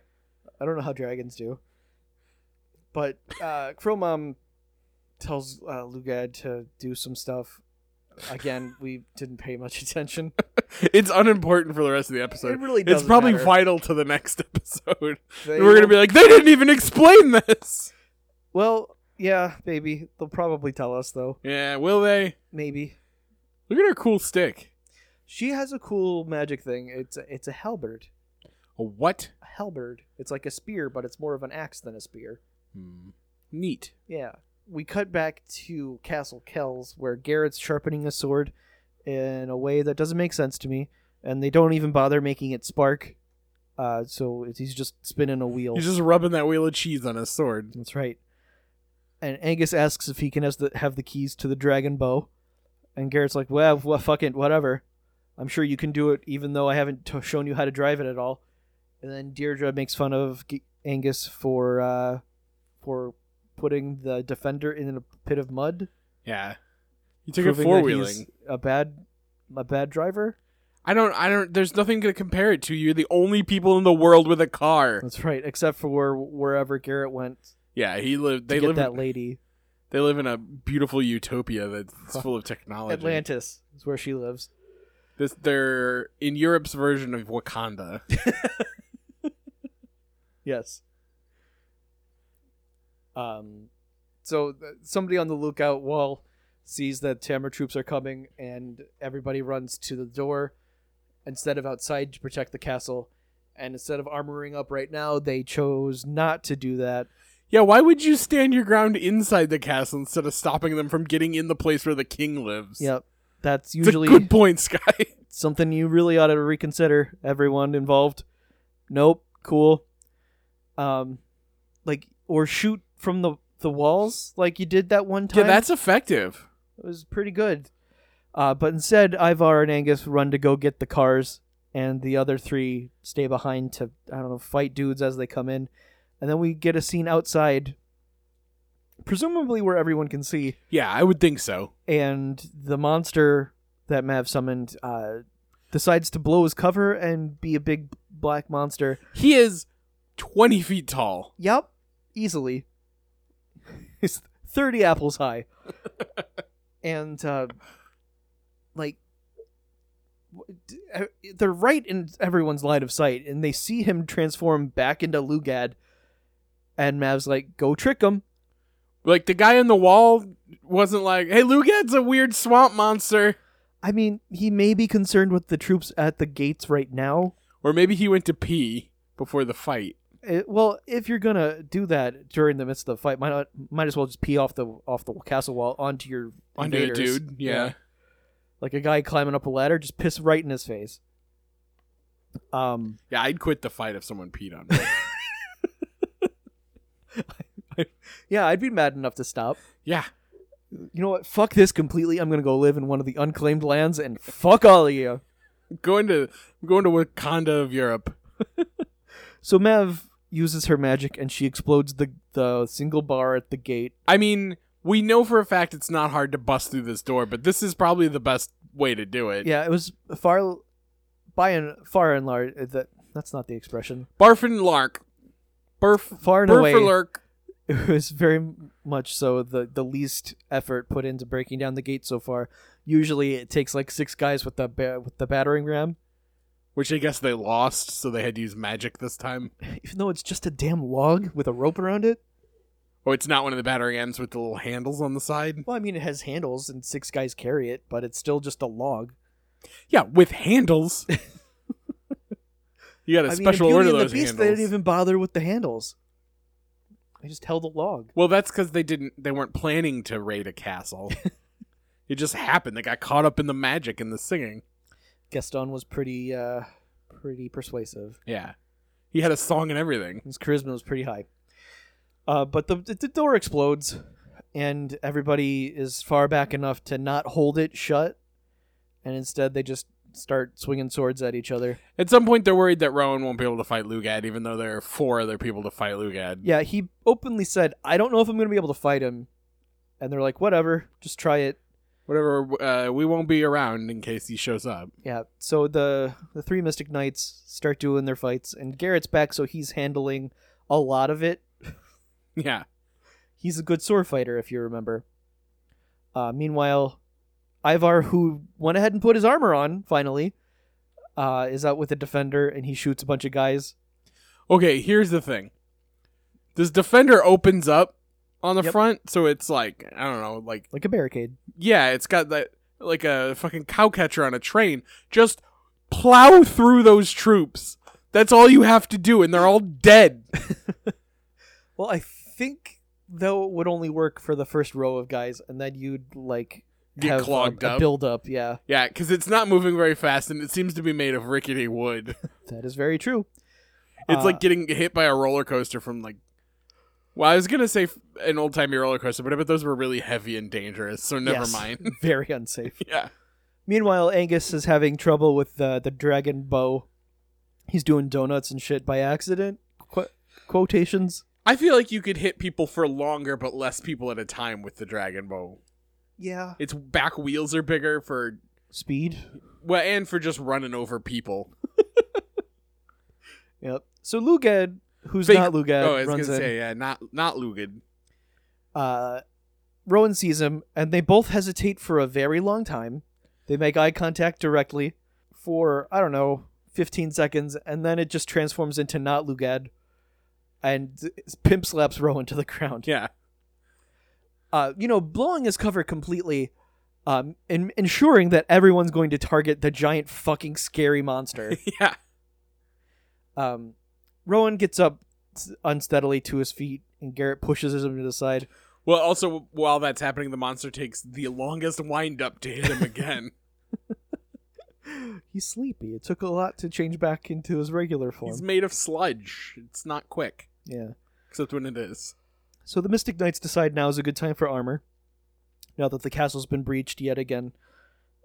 I don't know how dragons do. But
(laughs)
uh Krillmom tells uh, Lugad to do some stuff. Again, we didn't pay much (laughs)
(laughs)
attention.
It's unimportant for the rest of the episode.
It really
it's
doesn't
probably
matter.
vital to the next (laughs) episode.
They
We're gonna
will-
be like, they didn't even explain this.
Well, yeah, maybe. They'll probably tell us though.
Yeah, will they?
Maybe.
Look at her cool stick.
She has a cool magic thing. It's a, it's a halberd.
A what?
A halberd. It's like a spear, but it's more of an axe than a spear.
Hmm. Neat.
Yeah. We cut back to Castle Kells where Garrett's sharpening a sword in a way that doesn't make sense to me, and they don't even bother making it spark. Uh, so it's- he's just spinning a wheel.
He's just rubbing that wheel of cheese on his sword.
That's right. And Angus asks if he can has the, have the keys to the dragon bow, and Garrett's like, "Well, well fuck it, whatever. I'm sure you can do it, even though I haven't t- shown you how to drive it at all." And then Deirdre makes fun of G- Angus for uh, for putting the defender in a pit of mud.
Yeah. He took it
proving that
four
he's
wheeling.
A bad, a bad driver.
I don't. I don't. There's nothing gonna compare it to. You're the only people in the world with a car.
That's right, except for wherever Garrett went
Yeah. He lived.
to
They
get
live.
that
in-
lady.
They live in a beautiful utopia that's
(laughs) Fuck.
full of technology.
Atlantis is where she lives.
This, they're in Europe's version of Wakanda.
Yes. Um, so th- somebody on the lookout wall sees that Tamar troops are coming, and everybody runs to the door instead of outside to protect the castle. And instead of armoring up right now, they chose not to do that.
Yeah, why would you stand your ground inside the castle instead of stopping them from getting in the place where the king lives?
Yep, that's
It's a
usually
good point, Sky. (laughs)
something you really ought to reconsider. Everyone involved. Nope. Cool. Um, like or shoot from the the walls like you did that one time.
yeah, that's effective.
It was pretty good. Uh, but instead, Ivar and Angus run to go get the cars, and the other three stay behind to, I don't know, fight dudes as they come in. And then we get a scene outside, presumably where everyone can see,
Yeah, I would think so.
and the monster that Mav summoned uh, decides to blow his cover and be a big black monster.
He is 20 feet tall.
Yep, easily. He's thirty apples
(laughs)
high, and uh, like w- d- e- they're right in everyone's line of sight, and they see him transform back into Lugad, and Mav's like, "Go trick him."
Like, the guy on the wall wasn't like, hey, Lugad's a weird swamp monster.
I mean, he may be concerned with the troops at the gates right now.
Or maybe he went to pee before the fight.
Eh, well, if you're gonna do that during the midst of the fight, might not, might as well just pee off the off the castle wall onto your
Onto a
invaders.
dude. Yeah.
like a guy climbing up a ladder, just piss right in his face. Um,
Yeah, I'd quit the fight if someone peed on me. (laughs)
yeah, I'd be mad enough to stop.
yeah.
You know what? Fuck this completely. I'm gonna go live in one of the unclaimed lands and fuck all of you.
Going to, I'm going to Wakanda of Europe.
So Mev uses her magic and she explodes the the single bar at the gate.
I mean, we know for a fact it's not hard to bust through this door, but this is probably the best way to do it.
Yeah, it was far by and far and uh, large that that's not the expression. (laughs)
Barf and Lark. Barf,
Far and
Barf
away,
or Lurk.
It was very much so the the least effort put into breaking down the gate so far. Usually, it takes like six guys with the ba- with the battering ram,
Which I guess they lost, so they had to use magic this time.
even though it's just a damn log with a rope around it.
Oh, it's not one of the battering ends with the little handles on the side.
Well, I mean, it has handles and six guys carry it, but it's still just a log.
Yeah,
(laughs)
with handles. you got a
I mean, in
special
Beauty
order
and the
those
Beast,
handles.
They didn't even bother with the handles. They just held a log.
Well, that's because they didn't. They weren't planning to raid
(laughs)
a castle. it just happened. They got caught up in the magic and the singing.
Gaston was pretty, uh, pretty persuasive.
Yeah, he had a song and everything.
His charisma was pretty high. Uh, but the, the the door explodes, and everybody is far back enough to not hold it shut, and instead they just start swinging swords at each other.
At some point, they're worried that Rowan won't be able to fight Lugad, even though there are four other people to fight Lugad.
Yeah, he openly said, "I don't know if I'm going to be able to fight him," and they're like, "Whatever, just try it."
Whatever. Uh, we won't be around in case he shows up. (laughs)
Yeah. So the the three Mystic Knights start doing their fights, and Garrett's back, so he's handling a lot of it.
Yeah.
he's a good sword fighter if you remember uh, meanwhile ivar who went ahead and put his armor on finally uh, is out with a defender and he shoots a bunch of guys
Okay. Here's the thing. This defender opens up on the
Yep.
front, so it's like I don't know, like
like a barricade
Yeah, it's got that like a fucking cow catcher on a train. Just plow through those troops. That's all you have to do, and they're all dead.
well i think though it would only work for the first row of guys and then you'd like
Get
have um,
clogged
a,
up.
a build up yeah
Yeah, because it's not moving very fast, and it seems to be made of rickety wood. (laughs)
that is very true
It's
Uh,
like getting hit by a roller coaster from like. Well, I was gonna say f- an old timey roller coaster, but I bet those were really heavy and dangerous. So never
yes,
mind.
(laughs) very unsafe
yeah,
meanwhile angus is having trouble with uh, the dragon bow he's doing donuts and shit by accident Qu- quotations
I feel like you could hit people for longer, but less people at a time with the dragon bow.
yeah
Its back wheels are bigger for
speed
Well, and for just running over people.
Yep. So Lugad, who's
Fake-
not Lugad,
oh, I was
runs
gonna
in.
say, yeah, not not Lugad.
Uh, Rowan sees him, and they both hesitate for a very long time. They make eye contact directly for I don't know, fifteen seconds, and then it just transforms into not Lugad, and pimp slaps Rowan to the (laughs) ground.
(laughs) Yeah,
Uh, you know, blowing his cover completely. Um, in- ensuring that everyone's going to target the giant fucking scary
(laughs)
monster.
yeah.
Um, Rowan gets up s- unsteadily to his feet, and Garrett pushes him to the side.
Well, also while that's happening, the monster takes the longest wind up to hit
(laughs)
him again.
He's sleepy. It took a lot to change back into his regular form.
He's made of sludge. It's not quick,
yeah.
except when it is.
So the Mystic Knights decide now is a good time for armor. Now that the castle's been breached yet again,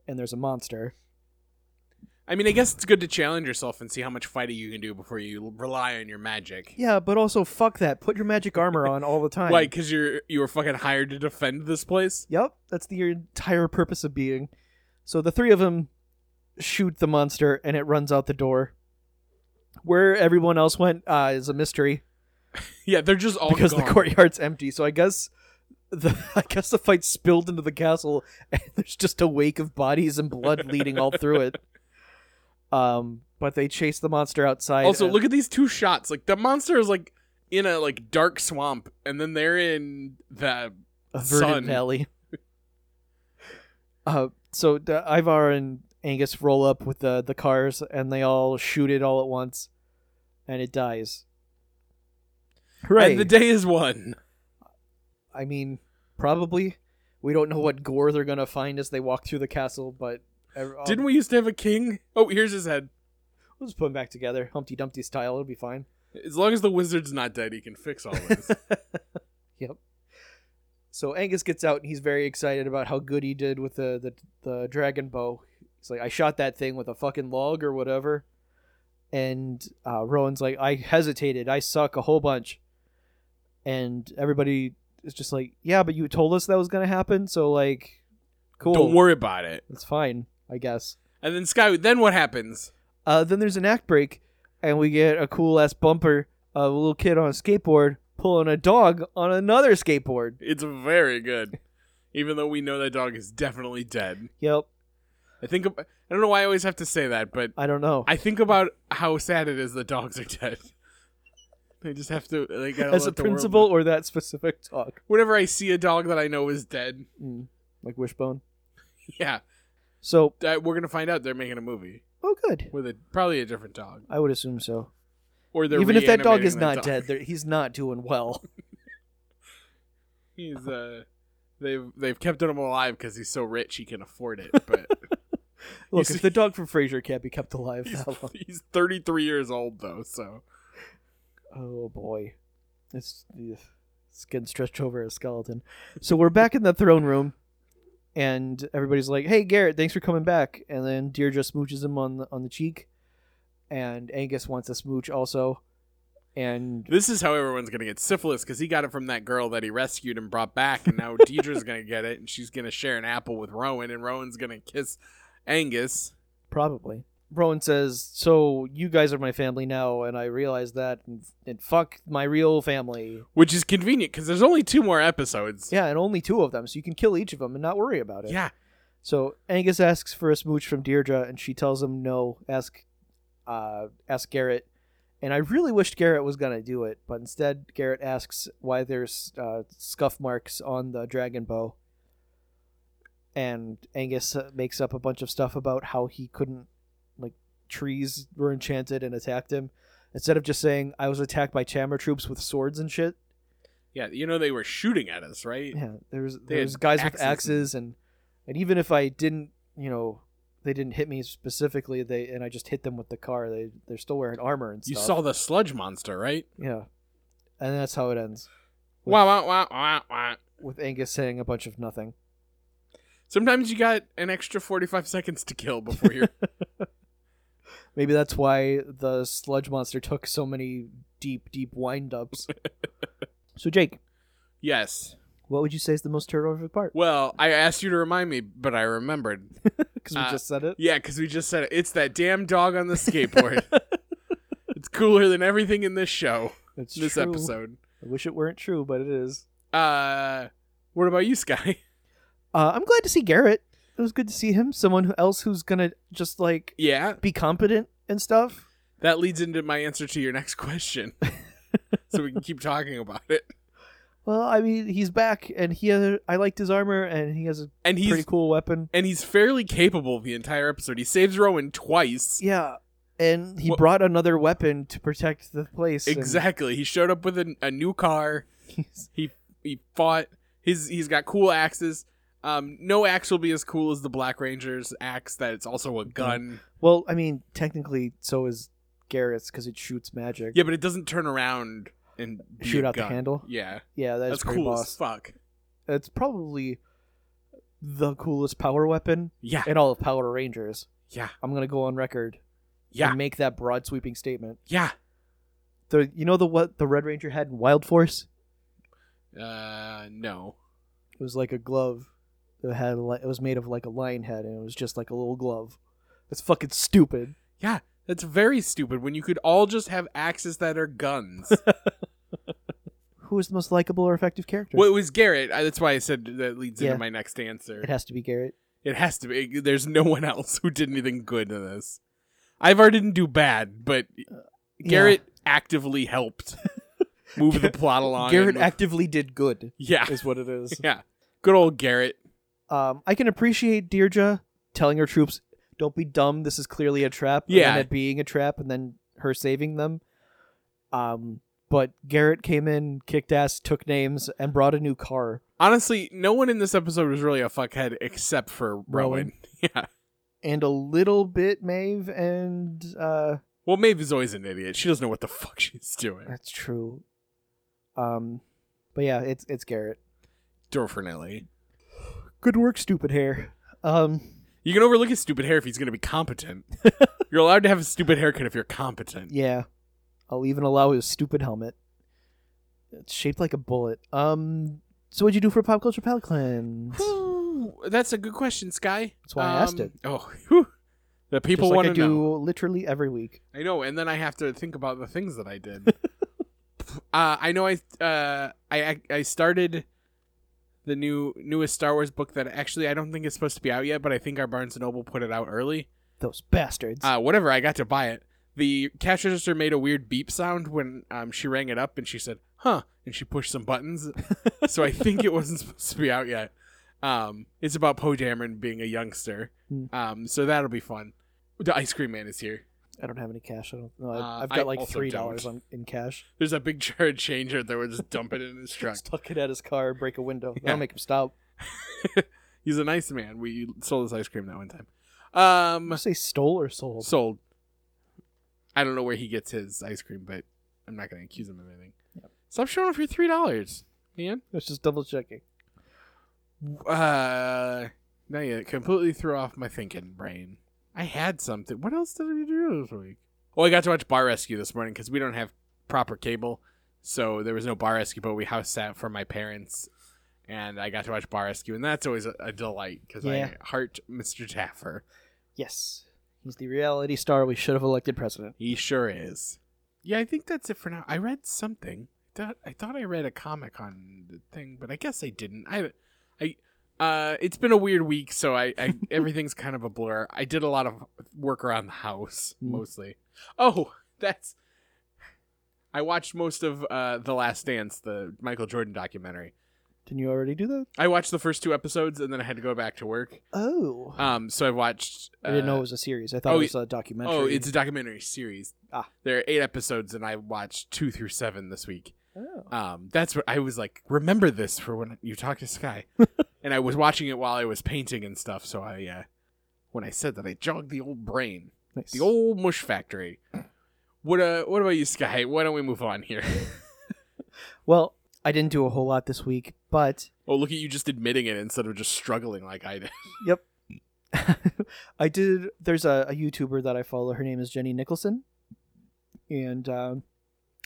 and there's a monster.
I mean, I guess it's good to challenge yourself and see how much fighting you can do before you rely on your magic.
Yeah, but also fuck that. Put your magic armor on
(laughs)
all the time.
Like, because you're you were fucking hired to defend this place.
Yep, that's the entire purpose of being. So the three of them shoot the monster, and it runs out the door. Where everyone else went uh, is a mystery.
Yeah, they're just all
because
gone.
the courtyard's empty. So I guess the (laughs) I guess the fight spilled into the castle, (laughs) and there's just a wake of bodies and blood leading all through
(laughs)
it. Um, but they chase the monster outside.
Also,
and-
look at these two shots. Like the monster is like in a like dark swamp, and then they're in the
a verdant
Sun.
valley. uh, so the, Ivar and Angus roll up with the the cars, and they all shoot it all at once, and it dies. Hooray!
and the day is won.
I mean, probably. We don't know what gore they're gonna find as they walk through the castle, but oh,
Didn't we used to have a king? Oh, here's his head.
We'll just put them back together, Humpty Dumpty style. It'll be
(laughs)
fine.
As long as the wizard's not dead, he can fix all this.
Yep. So Angus gets out and he's very excited about how good he did with the the, the dragon bow. He's like, I shot that thing with a fucking log or whatever. And uh, Rowan's like, I hesitated. I suck a whole bunch. And everybody is just like, Yeah, but you told us that was gonna happen. So like, (laughs) cool.
Don't worry about it.
It's fine, I guess.
And then Sky. Then what happens?
Uh, then there's an act break, and we get a cool ass bumper of a little kid on a skateboard pulling a dog on another skateboard.
It's very good. Even though we know that dog is definitely dead.
Yep.
I think ab- I don't know why I always have to say that, but
I don't know.
I think about how sad it is that dogs are dead. They just have to. They gotta
As a
let the world
principal
know.
or that (laughs) specific dog,
whenever I see a dog that I know is dead, (laughs)
like Wishbone.
yeah,
So,
that, we're gonna find out they're making a movie
oh, good.
with a probably a different dog,
I would assume so.
or they're
Even if that dog
reanimating
is not
dog.
dead, they're- he's not doing
(laughs)
well.
He's uh, they've they've kept him alive because he's so rich he can
(laughs)
afford it, but
Look,
He's-
if the dog from Frasier can't be kept alive
he's,
that long,
he's 33 years old though, so
oh boy, it's ugh, skin stretched over a skeleton. So we're back in the throne room, and everybody's like, "Hey, Garrett, thanks for coming back." And then Deirdre smooches him on the, on the cheek, and Angus wants a smooch also, and
this is how everyone's gonna get syphilis because he got it from that girl that he rescued and brought back, and now Deidre's gonna get it, and she's gonna share an apple with Rowan, and Rowan's gonna kiss Angus.
Probably. Rowan says, "So you guys are my family now, and I realize that, and, and fuck my real family."
Which is convenient because there's only two more episodes.
Yeah, and only two of them, so you can kill each of them and not worry about it.
Yeah.
So Angus asks for a smooch from Deirdre, and she tells him, "No, ask, uh, ask Garrett." And I really wished Garrett was gonna do it, but instead Garrett asks why there's uh, scuff marks on the dragon bow, and Angus uh, makes up a bunch of stuff about how he couldn't, like, trees were enchanted and attacked him. Instead of just saying I was attacked by chamber troops with swords and shit,
Yeah. You know, they were shooting at us, right?
yeah, there's
They had
there's guys
axes
with
and-
axes and and even if I didn't, you know, they didn't hit me specifically. They and I just hit them with the car. They they're still wearing armor and
You
stuff.
saw the sludge monster, right?
yeah, and that's how it ends With-
Wow, wow, wow, wow, wow.
with Angus saying a bunch of nothing.
Sometimes you got an extra 45 seconds to kill
(laughs)
before you're.
Maybe that's why the sludge monster took so many deep deep wind
(laughs)
ups. so Jake,
yes.
what would you say is the most terrific
(laughs)
part?
Well, I asked you to remind me, but I remembered.
Because we
uh,
just said it.
Yeah, because we just said it. It's that damn dog on
(laughs)
the skateboard. it's cooler than everything in this show,
It's
this
true.
episode.
I wish it weren't true, but it is.
Uh, what about you, Sky? (laughs)
Uh, I'm glad to see Garrett. It was good to see him. Someone who- else who's gonna just like
yeah.
be competent and stuff.
That leads into my answer to your
(laughs)
next question. so we can keep talking about it.
Well, I mean, he's back, and he has, I liked his armor, and he has a
And he's
pretty cool weapon.
and he's fairly capable the entire episode. He saves Rowan twice.
Yeah, and he
Well-
brought another weapon to protect the place. and
Exactly. He showed up with a, a new car.
(laughs) he's-
He he fought. His he's got cool axes. Um, no axe will be as cool as the Black Ranger's axe. That it's also a gun.
well, I mean, technically, so is Garrett's because it shoots magic.
Yeah, but it doesn't turn around and be
Shoot
a
out the
gun.
handle?
Yeah,
Yeah, that's,
that's, cool as
boss.
fuck.
That's probably the coolest power weapon
Yeah,
in all of Power Rangers.
yeah,
I'm gonna go on record
yeah,
and make that broad sweeping statement.
yeah.
The you know the what the Red Ranger had in Wild Force?
Uh, no.
It was like a glove that had a li- it was made of like a lion head, and it was just like a little glove. It's fucking stupid.
Yeah, that's very stupid when you could all just have axes that
(laughs)
are guns.
Who is the most likable or effective character?
well, it was Garrett. I, that's why I said that leads
Yeah.
into my next answer.
It has to be Garrett.
It has to be. There's no one else who did anything good in this. Ivar didn't do bad, but Garrett actively
(laughs)
helped move the plot along.
Garrett
and move-
actively did good, (laughs)
yeah,
is what it
(laughs)
is.
yeah. Good old Garrett.
um, I can appreciate Deirdre telling her troops, "Don't be dumb. This is clearly a trap." and then
Yeah.
it being a trap, and then her saving them. Um, but Garrett came in, kicked ass, took names, and brought a new car.
Honestly, no one in this episode was really a fuckhead except for Rowan.
Rowan.
(laughs) Yeah.
And a little bit Maeve and uh,
Well, Maeve is always an idiot. She doesn't know what the fuck she's doing.
That's true. Um, but yeah, it's it's Garrett.
Dorfernelli.
Good work, stupid hair. Um,
You can overlook his stupid hair if he's going to
(laughs)
be competent. you're allowed to have a stupid haircut if you're competent.
yeah, I'll even allow his stupid helmet. It's shaped like a bullet. Um, so what'd you do for pop culture palate cleanse?
Whew, That's a good question, Sky.
That's why I asked it.
Oh, whew. the people
Just like
want
I
to
do
know.
literally every week. (laughs)
I know, and then I have to think about the things that I did. Uh, I know I, uh, I I I started the new newest Star Wars book that actually I don't think is supposed to be out yet, but I think our Barnes and Noble put it out early.
Those bastards.
Uh, whatever, I got to buy it. The cash register made a weird beep sound when um, she rang it up, and she said, "Huh," and she pushed
(laughs)
some buttons. so I think it wasn't supposed to be out yet. Um, it's about Poe Dameron being a youngster.
Hmm.
Um, so that'll be fun. The ice cream man is here.
I don't have any cash. I don't know. I've,
Uh,
I've
I
got like
also
three dollars
don't.
on in
(laughs)
cash.
There's a big jar of change out there. We're just dumping it in his
(laughs)
truck.
Stuck it at his car, break a window.
Yeah.
That'll make him stop.
(laughs) He's a nice man. We sold his ice cream that one time. Um,
You say stole or sold?
sold. I don't know where he gets his ice cream, but I'm not going to accuse him of anything. Stop showing off your three dollars, man.
It's just double checking.
Uh, now you completely threw off my thinking brain. I had something. What else did we do this week? Oh, I got to watch Bar Rescue this morning because we don't have proper cable, so there was no Bar Rescue. But we house sat for my parents, and I got to watch Bar Rescue, and that's always a, a delight because
Yeah.
I heart Mr. Taffer.
Yes, he's the reality star we should have elected president.
He sure is. Yeah, I think that's it for now. I read something. That I thought I read a comic on the thing, but I guess I didn't. I, I, uh, it's been a weird week, so I,
(laughs)
I everything's kind of a blur. I did a lot of work around the house
Mm.
mostly. Oh, that's. I watched most of uh, the Last Dance, the Michael Jordan documentary.
Didn't you already do that?
I watched the first two episodes, and then I had to go back to work.
Oh,
Um, so I've watched.
I didn't know
uh,
it was a series. I thought
oh,
it was a documentary.
Oh, it's a documentary series.
Ah.
There are eight episodes, and I watched two through seven this week.
Oh.
Um, that's what I was like. Remember this for when you talk
(laughs)
to Sky, and I was watching it while I was painting and stuff. So I, uh, when I said that, I jogged the old brain,
nice.
the old mush
(clears throat)
factory. What uh, what about you, Sky? Why don't we move on here? (laughs)
Well, I didn't do a whole lot this week, but
oh, look at you just admitting it instead of just struggling like I did. (laughs)
yep, I did. There's a, a YouTuber that I follow. Her name is Jenny Nicholson, and um,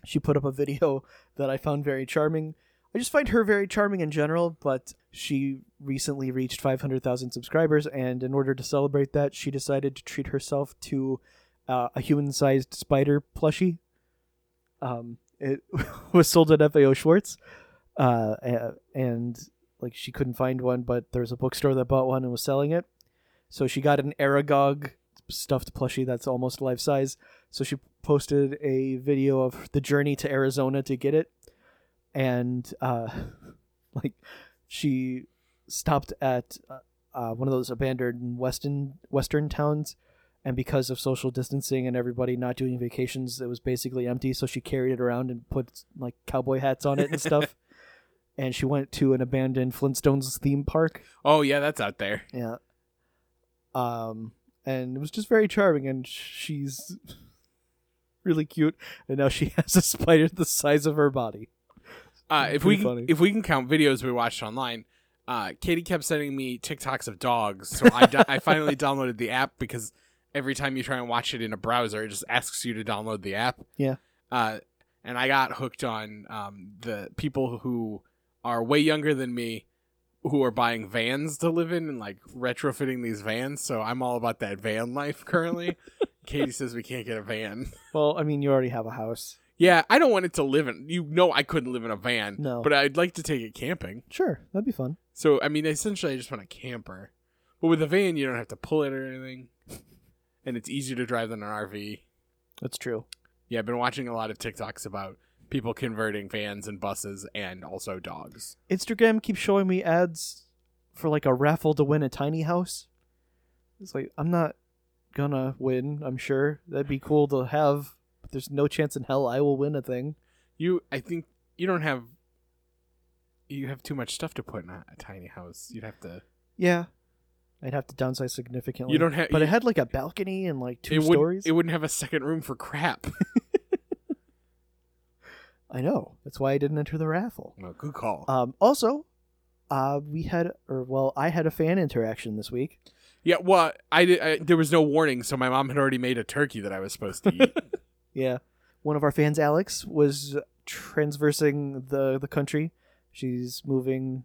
she put up a video that I found very charming. I just find her very charming in general, but she recently reached 500,000 subscribers, and in order to celebrate that, she decided to treat herself to uh, a human-sized spider plushie. Um, it (laughs) was sold at FAO Schwartz, uh, a- and like she couldn't find one, but there was a bookstore that bought one and was selling it. So she got an Aragog stuffed plushie that's almost life size. So she posted a video of the journey to Arizona to get it, and uh, (laughs) like she stopped at uh, uh, one of those abandoned western western towns, and because of social distancing and everybody not doing vacations, it was basically empty. So she carried it around and put like cowboy hats on it and stuff. And she went to an abandoned Flintstones theme park.
Oh yeah, that's out there.
Yeah. Um, and it was just very charming, and she's (laughs) really cute. And now she (laughs) has a spider the size of her body.
Uh, if
Pretty
we can,
funny.
if we can count videos we watched online, uh, Katie kept sending me TikToks of dogs, so I, do-
(laughs)
I finally downloaded the app because every time you try and watch it in a browser, it just asks you to download the app.
Yeah.
Uh, and I got hooked on um, the people who are way younger than me who are buying vans to live in and like retrofitting these vans. So I'm all about that van
(laughs)
life currently. Katie says we can't get a van.
Well, I mean, you already have a house.
Yeah, I don't want it to live in. You know, I couldn't live in a van.
No.
But I'd like to take it camping.
Sure, that'd be fun.
So I mean, essentially, I just want a camper, but with a van, you don't have to pull it or anything, and it's easier to drive than an RV.
That's true.
Yeah, I've been watching a lot of TikToks about people converting vans and buses and also dogs.
Instagram keeps showing me ads for like a raffle to win a tiny house. It's like I'm not gonna win. I'm sure that'd be cool to have. But there's no chance in hell I will win a thing.
You, I think you don't have you have too much stuff to put in a, a tiny house. You'd have to.
Yeah, I'd have to downsize significantly.
You don't have.
but
you,
it had like a balcony and like two
it wouldn't-
stories.
It wouldn't have a second room for crap.
I know. That's why I didn't enter the raffle.
well, good call.
Um, also, uh, we had, or well, I had a fan interaction this week.
yeah, well, I, did- I there was no warning, so my mom had already made a turkey that I was supposed to eat.
Yeah, one of our fans, Alex, was transversing the the country. She's moving,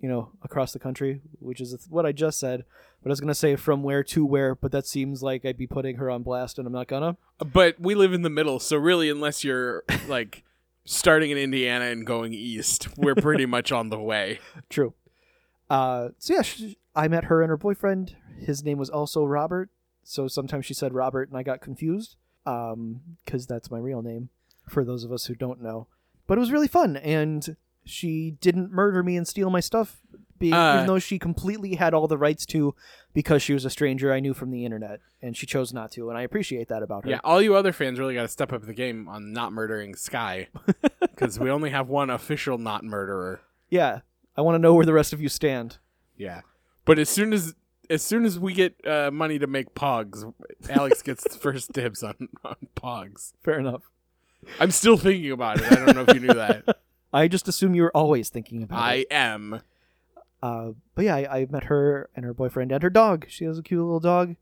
you know, across the country, which is what I just said. But I was gonna say from where to where, but that seems like I'd be putting her on blast, and I'm not gonna.
But we live in the middle, so really, unless you're like starting in Indiana and going east, we're pretty much on the way.
True. Uh, so yeah, she, I met her and her boyfriend. His name was also Robert. So sometimes she said Robert, and I got confused because that's my real name. For those of us who don't know, but it was really fun, and she didn't murder me and steal my stuff, be-
Uh,
even though she completely had all the rights to, because she was a stranger I knew from the internet, and she chose not to, and I appreciate that about her.
Yeah, all you other fans really got to step up the game on not murdering Sky because we only have one official not murderer.
Yeah. I want to know where the rest of you stand.
Yeah, but as soon as as soon as we get uh, money to make Pogs, Alex gets the first dibs on, on Pogs.
Fair enough.
I'm still thinking about it. I don't know if you knew that.
I just assume you were always thinking about it.
I am.
Uh, but yeah, I, I met her and her boyfriend and her dog. She has a cute little dog.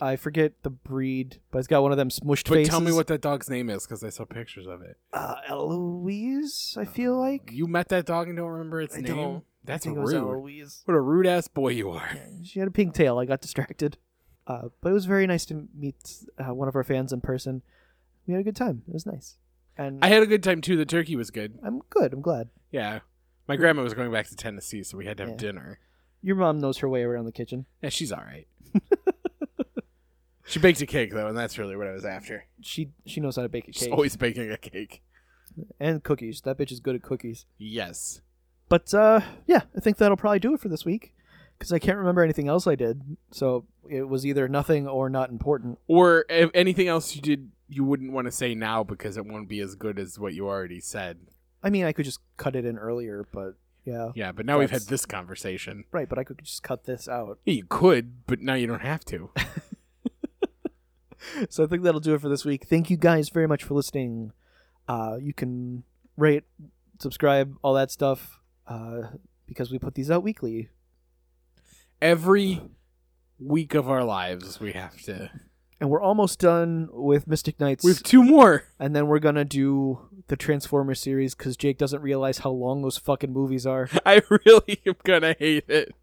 I forget the breed, but it's got one of them smushed
But
faces.
tell me what that dog's name is because I saw pictures of it.
uh, Eloise. I feel like
You met that dog and don't remember its
I
name.
don't.
That's
I think it was
rude.
Eloise.
What a rude ass boy you are.
She had a pigtail. I got distracted, uh, but it was very nice to meet uh, one of our fans in person. We had a good time. It was nice, and
I had a good time too. The turkey was good.
I'm good. I'm glad
Yeah. My grandma was going back to Tennessee, so we had to have
Yeah.
dinner.
your mom knows her way around the kitchen.
Yeah, she's all
(laughs)
right. she baked a cake though, and that's really what I was after.
She she knows how to bake a
She's
cake
always baking a cake.
and cookies. That bitch is good at cookies.
Yes.
But uh, yeah, I think that'll probably do it for this week because I can't remember anything else I did. So it was either nothing or not important.
Or if anything else you did, you wouldn't want to say now because it won't be as good as what you already said.
I mean, I could just cut it in earlier, but yeah,
Yeah, but now we've
That's-
had this conversation.
right. But I could just cut this out. (laughs)
Yeah, you could, but now you don't have to.
So I think that'll do it for this week. Thank you guys very much for listening. Uh, you can rate, subscribe, all that stuff uh, because we put these out weekly.
Every week of our lives, we have to.
And we're almost done with Mystic Knights.
We have two more.
and then we're going to do the Transformers series because Jake doesn't realize how long those fucking movies are.
(laughs) I really am gonna hate it.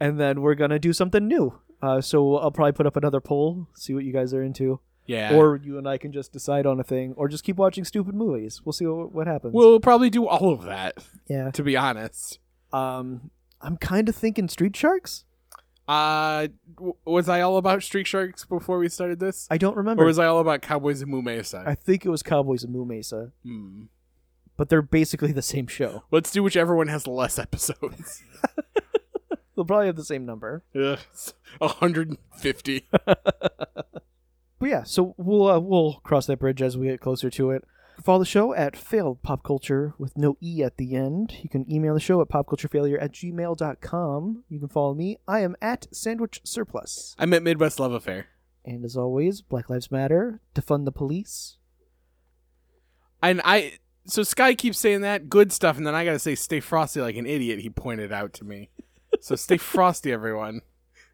and then we're gonna do something new. Uh, so I'll probably put up another poll, see what you guys are into,
Yeah.
or you and I can just decide on a thing, or just keep watching stupid movies. We'll see what, what happens.
we'll probably do all of that.
yeah.
To be honest.
Um, I'm kind of thinking Street Sharks.
Uh, w- was I all about Streak Sharks before we started this?
I don't remember.
Or was I all about Cowboys and Moo Mesa?
I think it was Cowboys and Moo Mesa,
Hmm.
but they're basically the same show.
Let's do whichever one has less (laughs) episodes.
(laughs) They'll probably have the same number.
Ugh, it's 150.
But yeah, so we'll uh, we'll cross that bridge as we get closer to it. Follow the show at failed pop culture with no e at the end. You can email the show at popculturefailure at gmail.com. You can follow me. I am at sandwich surplus.
I'm at Midwest Love Affair.
And as always, Black Lives Matter, defund the police.
And I. So Sky keeps saying that good stuff, and then I gotta say, stay frosty like an idiot, he pointed out to me. So
(laughs)
stay frosty, everyone.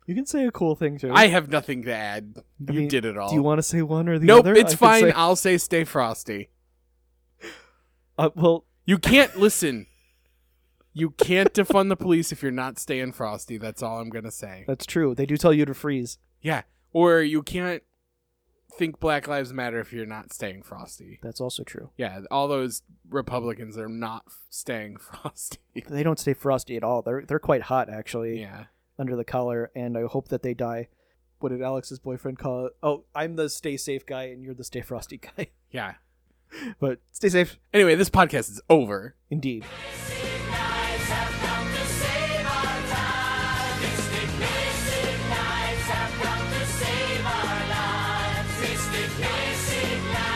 You can say a cool thing too.
I have nothing to add.
I
you
mean,
did it all.
Do you want to say one or the
nope,
other? I
it's
could
fine.
say-
I'll say stay frosty.
uh, well,
You can't (laughs) listen. You can't defund the police if you're not staying frosty. That's all I'm gonna say.
that's true. They do tell you to freeze.
Yeah, or you can't think Black Lives Matter if you're not staying frosty.
That's also true.
Yeah, all those Republicans are not f- staying (laughs) frosty.
They don't stay frosty at all. They're they're quite hot actually.
Yeah,
under the collar, and I hope that they die. What did Alex's boyfriend call it? Oh, I'm the stay safe guy, and you're the stay frosty (laughs) guy.
yeah.
but stay safe,
Anyway, this podcast is over.
indeed.
Mystic Knights have come to save our lives. Mystic Knights.